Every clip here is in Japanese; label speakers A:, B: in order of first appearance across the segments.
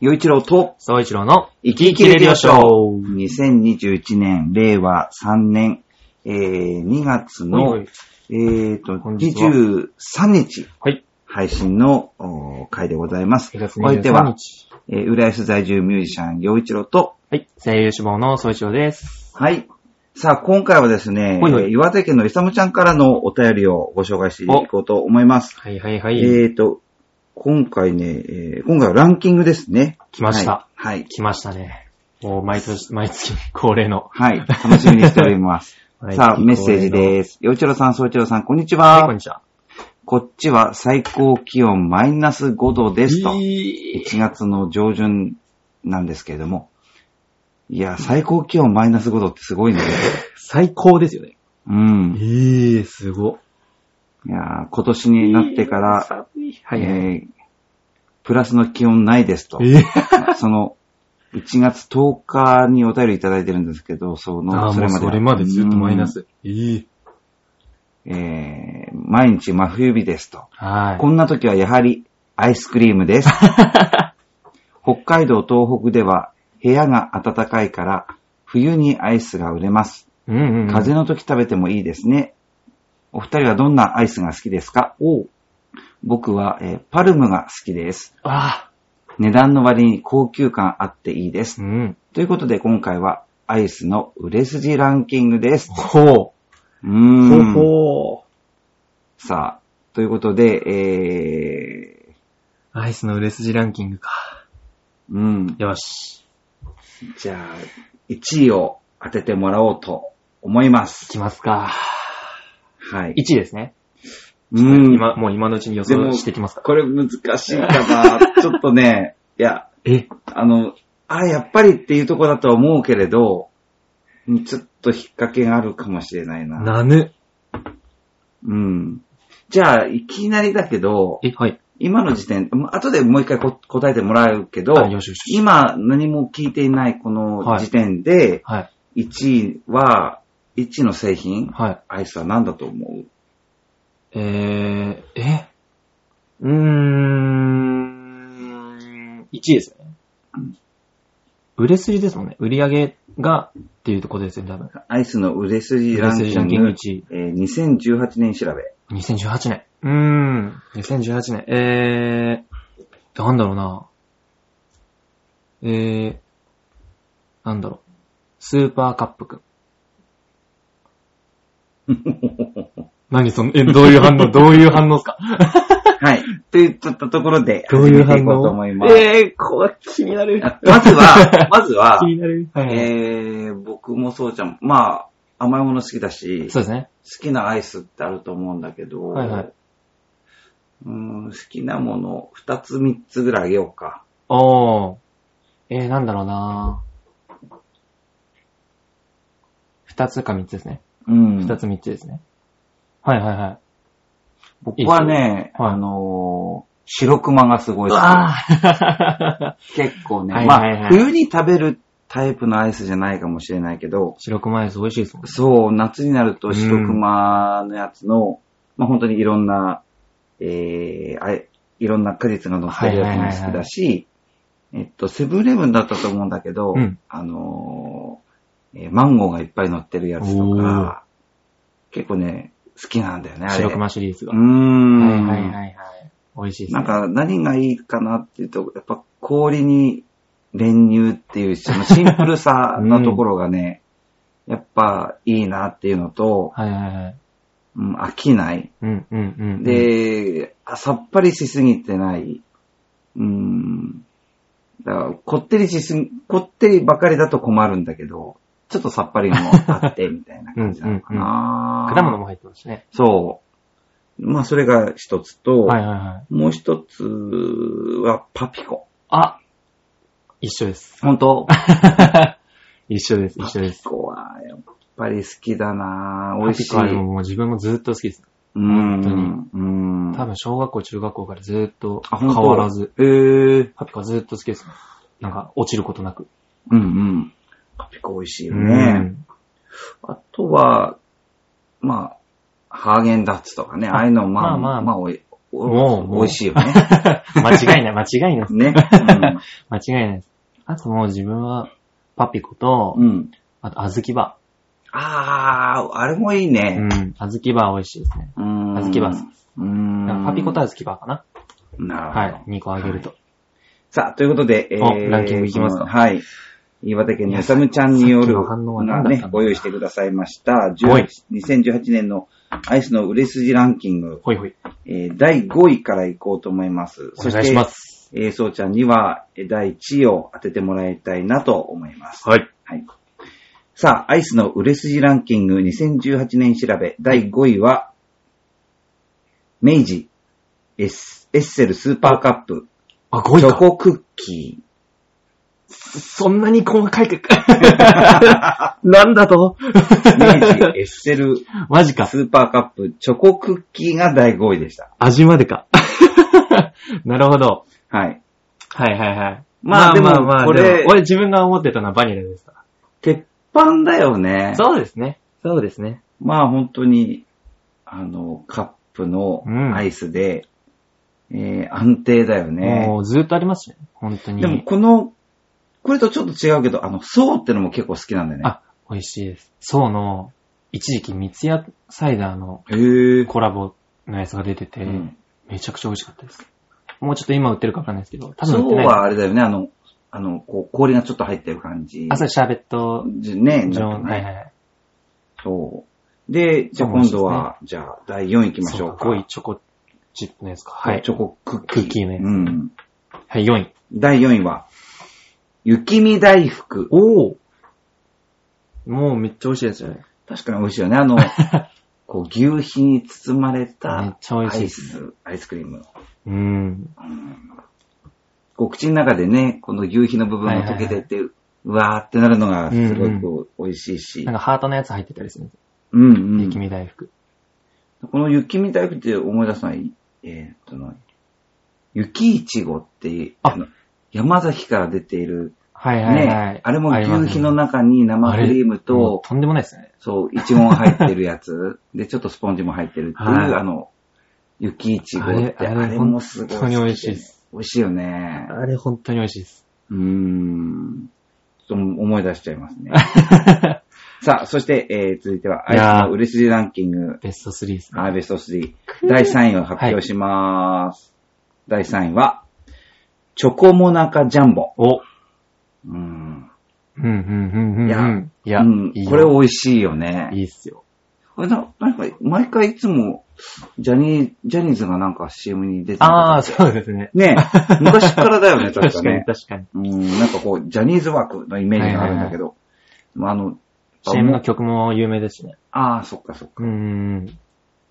A: 洋一郎と、
B: 総一郎の、
A: 生き生きレディオショー。2021年、令和3年、えー、2月の、
B: はいはい
A: えっ、と、
B: 本日は
A: 23日
B: はい。
A: 配信のお回でございます。
B: 2月
A: お相手
B: 23
A: は、
B: 日。
A: えー、浦安在住ミュージシャン、洋一郎と、
B: はい。声優志望の総一郎です。
A: はい。さあ、今回はですね、
B: はいはい
A: えー岩手県のイサムちゃんからのお便りをご紹介していこうと思います。
B: はいはいはい。
A: えっ、と、今回ね、えー今回はランキングですね。
B: 来ました
A: はい。はい
B: 来ましたね。もう毎年、毎月恒例の。
A: はい。楽しみにしております。
B: はい
A: さあ、メッセージです。よいちろさん、そういちろさん、こんにちは。
B: はい、こんにちは。
A: こっちは最高気温マイナス5度ですと。
B: いい
A: 1月の上旬なんですけれども。いや、最高気温マイナス5度ってすごいね。
B: 最高ですよね。
A: うん。い
B: ええ、すご。
A: やー、今年になってから、
B: 寒い。はいはい。
A: えープラスの気温ないですと。
B: ええ
A: その、1月10日にお便りいただいてるんですけど、そ
B: あ
A: の、
B: あ、もうそれまでずっとマイナ。ス。いい。
A: うんえー毎日真冬日ですと。
B: はい。
A: こんな時はやはりアイスクリーム です。北海道、東北では部屋が暖かいから冬にアイスが売れます。
B: うんうんうん。
A: 風邪の時食べてもいいですね。お二人はどんなアイスが好きですか
B: おう
A: 僕は、えーパルムが好きです。
B: ああ。
A: 値段の割に高級感あっていいです
B: う。ん。
A: ということで今回はアイスの売れ筋ランキングです。
B: ほ
A: う
B: う。
A: ーん
B: ほう。
A: さあ、ということで、え
B: アイスの売れ筋ランキングか。
A: ー、うん。
B: よし。
A: じゃあ、1位を当ててもらおうと思いま
B: い
A: す。
B: きますか。
A: はい。
B: 1位ですね。
A: う
B: 今、もう今のうちに予想してきますか。
A: これ難しいかな。ちょっとね、 いや、
B: え
A: あの、あ、やっぱりっていうとこだとは思うけれど、ちょっと引っ掛けがあるかもしれないな。
B: なぬ。
A: うん。じゃあ、いきなりだけど、
B: え、はい。
A: 今の時点、もう後でもう一回こ答えてもらうけど、
B: あ、よしよしよし。
A: 今何も聞いていないこの時点で、
B: はい。
A: 1位は、1位の製品、
B: はい。
A: アイスは何だと思う
B: えー、えうーん、1位ですよね。売れ筋ですもんね。売り上げがっていうところですよね、多分。
A: アイスの売れ筋
B: 売
A: ラ
B: れ
A: ンキ
B: 筋ランキ
A: ン
B: ング
A: グ
B: 1、位。
A: えー2018年調べ。
B: 2018年。うーん、2018年。えー、なんだろうな。えー、なんだろう。スーパーカップ くん。何その、え、どういう反 応、どういう反応ですか
A: はい。といったところで
B: どう
A: 始
B: いう
A: めて
B: 反
A: いこうと
B: 応
A: 思います。
B: えー、これ気になる。
A: あまず は、まずは
B: 気、になる。は
A: え
B: いはい、
A: ー、僕もそうちゃんも、まあ、甘いもの好きだし、
B: そ
A: 好
B: うですね。
A: きなアイスってあると思うんだけど、
B: はいはいう
A: ーん好きなもの、二つ三つぐらいあげようか。
B: おー。えー、なんだろうな二つか三つですね。
A: うん。
B: 二つ三つですね。はいはいはい。
A: 僕はね、
B: いいっすよはい
A: あのー、白熊がすご
B: う
A: い好き。
B: わー
A: 結構ね、
B: はいはいはい
A: まあ、冬に食べるタイプのアイスじゃないかもしれないけど、
B: 白熊アイス美味しいですもんね。
A: そう、夏になると白熊のやつの、まあ本当にいろんな、えー、あれいろんな果実が乗ってるやつも好きだし、えっと、セブンイレブンだったと思うんだけど、
B: うん
A: あのーえーマンゴーがいっぱい乗ってるやつとか、結構ね、好きなんだよね、あれ。
B: 白熊シリーズが。
A: うー
B: は
A: ん。
B: いはいはいはい。美味しいです
A: な
B: ね
A: ん。か何がいいかなっていうと、やっぱ氷に練乳っていうそのシンプルさなところがね、やっぱいいなっていうのと、
B: はいはいはい。
A: うん、飽きない。
B: うんうんうんうん。、
A: で、あさっぱりしすぎてない。うん。だから、こってりしすぎ、こってりばかりだと困るんだけど、ちょっとさっぱりもあ って、みたいな感じなのかな。
B: 果物も入ってますしね。
A: そう。まあ、それが一つと、
B: はいはいはい。
A: もう一つはパピコ。
B: あ一緒です。
A: 本当
B: 一緒です、一緒です。
A: パピコはやっぱり好きだなぁ。美
B: パ
A: 味
B: ピ
A: しい。
B: コはでももう自分もずっと好きです。
A: うん。
B: 本当に
A: うん。
B: 多分小学校、中学校からずっと
A: あ
B: 変
A: 本当
B: わらず、
A: えー。
B: パピコはずっと好きです。なんか落ちることなく。
A: うんうん。パピコ美味しいよね。
B: うん
A: あとは、まあ、ハーゲンダッツとかね、ああいうの、まあ、
B: ま
A: ま
B: あまあ
A: あ、おい
B: もうもう
A: 美味しいよ ね。
B: 間違いない、間違いない。
A: ね。
B: 間違いないです。あともう自分は、パピコと、
A: うん。うん、
B: あと、あずきバ
A: あー、あれもいい
B: ー。
A: ね。
B: うん。あずきバー美味しいですね。
A: うん。
B: あずきバー好き
A: うーん。
B: パピコとあずきバーかな。
A: なるほど。
B: はい。2個あげると。
A: さあ、ということで、え
B: おランキングいきますか
A: このはい。岩手県のさむちゃんによ
B: い
A: る
B: やさっきの反応は何だ
A: が
B: ったんだ
A: ね、ご用意してくださいました。
B: はい
A: 10 2018年のアイスの売れ筋ランキング、
B: ほいほい。
A: えー第5位からいこうと思います。
B: お願いしま。す。
A: えーそうちゃんには、えー第1位を当ててもらいたいなと思います。
B: はい。
A: はい。さあ、アイスの売れ筋ランキング2018年調べ、第5位は、明治、エッエッセルスーパーカップ、
B: あ、5位
A: チョ
B: か。
A: コクッキー、
B: そんなに細かい か。なんだと
A: 明治エッセ ルス
B: マジか。
A: ーパーカップチョコクッキーが第5位でした。
B: 味までか。 なるほど。
A: はい。
B: はいはいはい。
A: まあでもこれ
B: でも俺自分が思ってたのはバニラですか
A: 鉄板だよね
B: ら。。そうですね。そうですね。
A: まあ本当に、あの、カップの
B: うん
A: アイスで、えー安定だよね。
B: もうずっとありますね。本当に。
A: でもこの、これとちょっと違うけど、あの、層ってのも結構好きなんだよね。
B: あ、美味しいです。そうの、一時期三ツ矢サイダーの
A: へぇ
B: コラボのやつが出てて、
A: うん
B: めちゃくちゃ美味しかったです。もうちょっと今売ってるかわかんないですけど、多分売っ
A: 層
B: てない。
A: はあれだよね、あの、あの、こう、氷がちょっと入ってる感じ。
B: あ、そう、シャーベット
A: じね、
B: 状、
A: なんかね
B: はいはいはい。
A: そう。で、じゃあ今度は、じゃあ第4位行きまし
B: そ
A: ょ
B: う
A: う
B: か
A: か。
B: 5位チョコチップのやつか。はい
A: チ。ョコクッキー。
B: クッキーね
A: うん。
B: はい、4位。
A: 第4位は、雪見大福。
B: おおもうめっちゃ美味しいやつじゃない
A: 確かに美味しいよね。あ の、こう、牛皮に包まれ
B: めったちゃ美
A: ア
B: 味しい
A: イ
B: ですね。
A: ス、アイスクリーム。
B: うん。
A: こう、口の中でね、この牛皮の部分が溶けてって、うわーってなるのが、すごいこう、美味しいし
B: なん。かハートのやつ入ってたりするんです。
A: うんうん
B: 雪。見大福。
A: この雪見大福って思い出すのは、えーっとな、雪いちごって、
B: あ
A: の山崎から出ている、
B: はいはいはい。
A: ね、あれも
B: りますね
A: 牛皮の中に生クリーム
B: もう
A: と、
B: とんでもないですね。
A: そう、いちごも入ってるやつ。 で、ちょっとスポンジも入ってるっていう、
B: はい
A: あの、雪いちごって、
B: あ
A: あ
B: れ
A: れ
B: あれ
A: もすごい好きで
B: 本当に美味しいです。
A: 美味しいよね。
B: あれ本当に美味しいです。
A: うーん。ちょっと思い出しちゃいます ね。さあ、そして、えー続いては、ア
B: い
A: イス
B: やー
A: の売れ筋ランキング、
B: ベスト3ですね。
A: アーベスト3、第3位を発表しまーす。第3位は、チョコモナカジャンボ。
B: お
A: うん。
B: うんうんうんうんうん。
A: いや
B: いや、
A: うん
B: いいよ
A: これ美味しいよね。
B: いいっすよ。
A: これな、なんか、毎回いつも、ジャニー、ジャニーズがなんか CM に出て
B: ああ、
A: そ
B: そうですね。
A: ね え昔からだよね、確
B: 確
A: か
B: かに
A: ね。
B: 確かに。
A: うん、なんかこう、ジャニーズ枠のイメージがあるんだけど、まああの、
B: CM の曲も有名ですしね。
A: ああ、そっかそっか。
B: うんうん。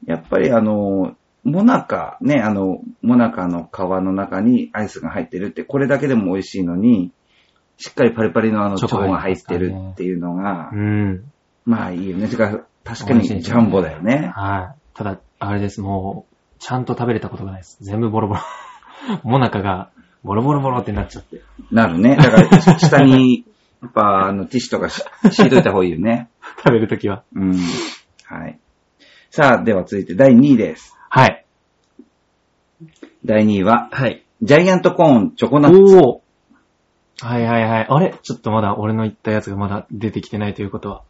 A: やっぱりあの、モナカ、ね、あの、モナカの皮の中にアイスが入ってるって、これだけでも美味しいのに、しっかりパリパリのあの、
B: チ
A: チョ
B: ョコ
A: コ
B: が
A: が
B: 入
A: 入
B: っ
A: って
B: ますから
A: て
B: ね
A: るっていうのが
B: う、ん。
A: まあいいよね。てか確か
B: 美
A: に
B: 味しい
A: ジ
B: ですね
A: ャンボだよね。
B: はい。ただ、あれです、もう、ちゃんと食べれたことがないです。全部ボロボ ロ。モナカが、ボロボロボロってなっちゃって。
A: なるね。 だから、下に、やっぱ、あの、ティッシュとかし敷いといた方がいいよ ね。
B: 食べるときは。
A: うん。はい。さあ、では続いて第2位です。
B: はい。
A: 第2位は、
B: はい。
A: ジャイアントコーンチョコ
B: お
A: ナッツ。
B: ーはいはいはい。あれちょっとまだ俺の言ったやつがまだ出てきてないということは。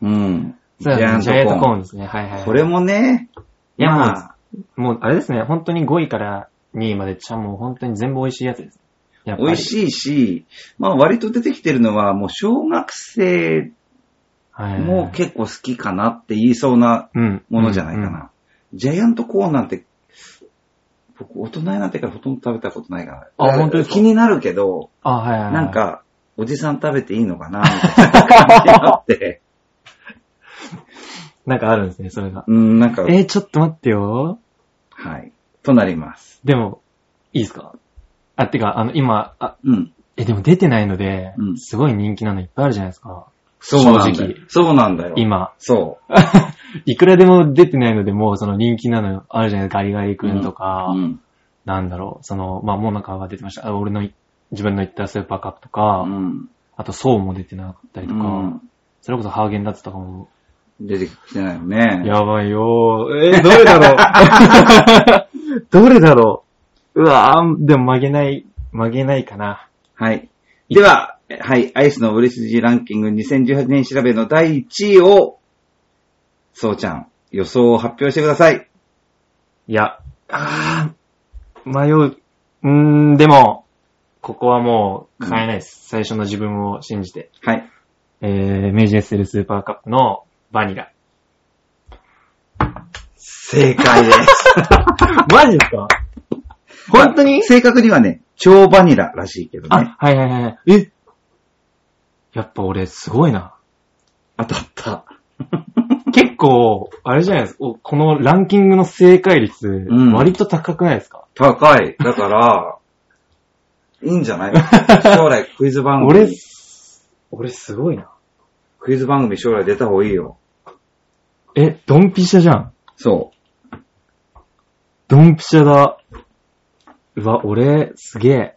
A: うん。
B: そうですねジ
A: ジ
B: ャ
A: ャ
B: イ
A: イアン
B: アント
A: ト
B: コ
A: コ
B: ー
A: ー
B: ンですね。はいはいはい。
A: これもね、
B: いやもう
A: まあ、
B: もう、あれですね、本当に5位から2位まで、ちゃんもう本当に全部美味しいやつです。やっぱり
A: 美味しいし、まあ割と出てきてるのは、もう小学生
B: はいはいはい
A: も結構好きかなって言いそうな
B: うん
A: ものじゃないかな。
B: うんうん
A: ジャイアントコーンなんて、僕大人になってからほとんど食べたことないから。
B: あ本当ですか
A: 気になるけど、
B: あ、はいはいはい。
A: なん、か、おじさん食べていいのかなみたいな感じになって。
B: なんかあるんですね、それが。
A: うん、なんか、
B: えー、ちょっと待ってよ。
A: はい。となります。
B: でも、いいですかあ、てか、あの、今、あ、
A: うん。
B: え、でも出てないので、
A: うん
B: すごい人気なのいっぱいあるじゃないですか。
A: そうなんだ
B: 正
A: よ
B: 直。
A: そうなんだよ。。
B: 今。
A: そう。
B: いくらでも出てないので、もうその人気なのあるじゃないですか。ガリガリ君とか、
A: うん。
B: なんだろう。その、まあ、モナカが出てました。あ俺のい、自分の言ったスーパーカップとか、
A: うん。
B: あと、ソウも出てなかったりとか、
A: うん
B: それこそハーゲンダッツとかも、
A: 出てきてないよね。
B: やばいよー。えーどれだろ どれだろううわぁ、でも曲げない、曲げないかな。
A: はい。では、はい、アイスの売れ筋ランキング2018年調べの第1位を、そうちゃん、予想を発表してください。
B: いや、あー、迷う。うーん、でも、ここはもう変えないです。最初の自分を信じて。
A: はい。
B: えー、明治 SL スーパーカップのバニラ。
A: 正解 です。
B: マジですか本当に
A: 正確にはね、超バニラらしいけどね。
B: あ、はいはいはいはい。えやっぱ俺すごいな。
A: 当たった。
B: 結構、あれじゃないですか。おこのランキングの正解率、
A: ん
B: 割と高くないですか、
A: 高い。だから、 いいんじゃない将来クイズ番
B: 俺
A: 組、、
B: 俺すごいな。
A: クイズ番組将来出た方がいいよ。
B: え、ドンピシャじゃん。
A: そ
B: ドンピシャだ。うわ、俺、すげ え。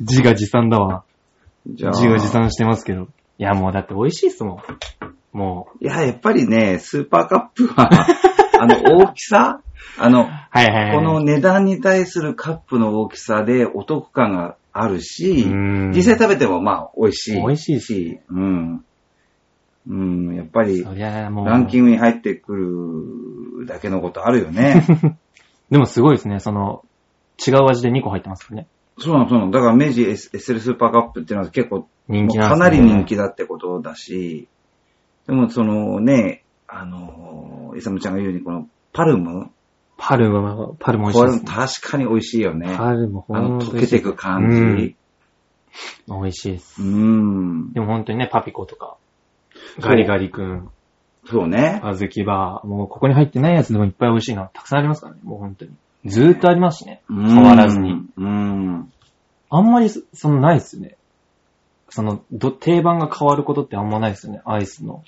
B: 自画自賛だわ。
A: う。じ
B: 自画自賛してますけど。いや、もうだって美味しいっすもん。もう、
A: いや、やっぱりね、スーパーカップは、 あの、大きさあの、
B: はいはいはい。
A: この値段に対するカップの大きさでお得感があるし、
B: うん
A: 実際食べてもまあ美味しい。
B: 美味しい
A: し、うん。うん、やっぱり
B: そりゃもう、
A: ランキングに入ってくるだけのことあるよね。
B: でもすごいですね、その、違う味で2個入ってますからね。
A: そうなの、そうなの。だから明治 S- SL スーパーカップっていうのは結構
B: 人気なん
A: か
B: ですね
A: なり人気だってことだし、でもそのね、あの、イサムちゃんが言うようにこのパルム、
B: パルも、パルも美
A: これ
B: 味しい
A: も
B: です、ね。
A: 確かに美味しいよね。
B: パルも
A: あの、
B: 本当
A: 溶
B: に
A: けてく感じ。
B: 美味しいです。
A: うん。
B: でも本当にね、パピコとか、
A: そう
B: ガリガリ君、
A: そうね。
B: あずきバー、もうここに入ってないやつでもいっぱい美味しいのたくさんありますからね、もう本当に。ずーっとありますしね。
A: 変
B: わらずに。
A: うん。
B: あんまりそ、そのないっすよね。その、ど、定番が変わることってあんまないっすよね、アイスの。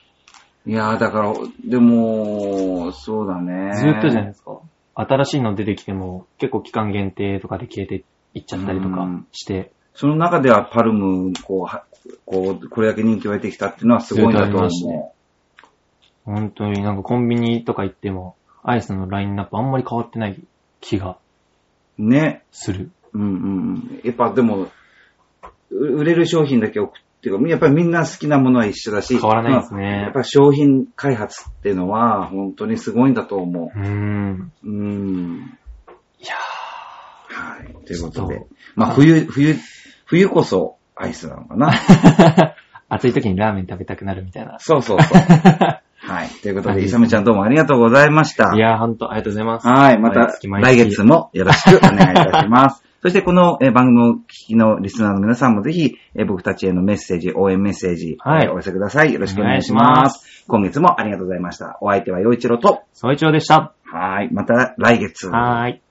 A: いやーだから、でも、そうだね。
B: ずーっとじゃないですか。新しいの出てきても、結構期間限定とかで消えていっちゃったりとかして、
A: その中ではパルム、こうは、こう、これだけ人気を得てきたっていうのはすごいなと
B: ずっとあり
A: 思
B: 本当になんかコンビニとか行っても、アイスのラインナップあんまり変わってない気が
A: う。ね。
B: する。
A: うんうんうん。やっぱでも、う売れる商品だけ送っていうか、やっぱりみんな好きなものは一緒だし、
B: 変わらないですね
A: やっぱ商品開発っていうのは、本当にすごいんだと思
B: うーん。
A: う。うん。
B: いや
A: はい。ということ
B: ちょ
A: で
B: っ。
A: まあ、冬、冬、冬こそアイスなの かな。
B: ー暑い時にラーメン食べたくなるみたいな。
A: そうそうそう。はい。ということ
B: はい
A: で、イサムちゃんどうもありがとうございました
B: い。やー、ほんと、ありがとうございます。
A: はい。また
B: 毎月毎
A: 来
B: 月
A: 月もよろしくお願いいたし ます。そしてこのえー番組をお聞きのリスナーの皆さんもぜひ、えー僕たちへのメッセージ、応援メッセージ、
B: はい
A: えーお寄せください。よろしくお願いし
B: お願いし
A: ま。
B: ます
A: 今月もありがとうございました。お相手は陽一郎と、
B: 総一郎でした。
A: はい。また来月。
B: はーい。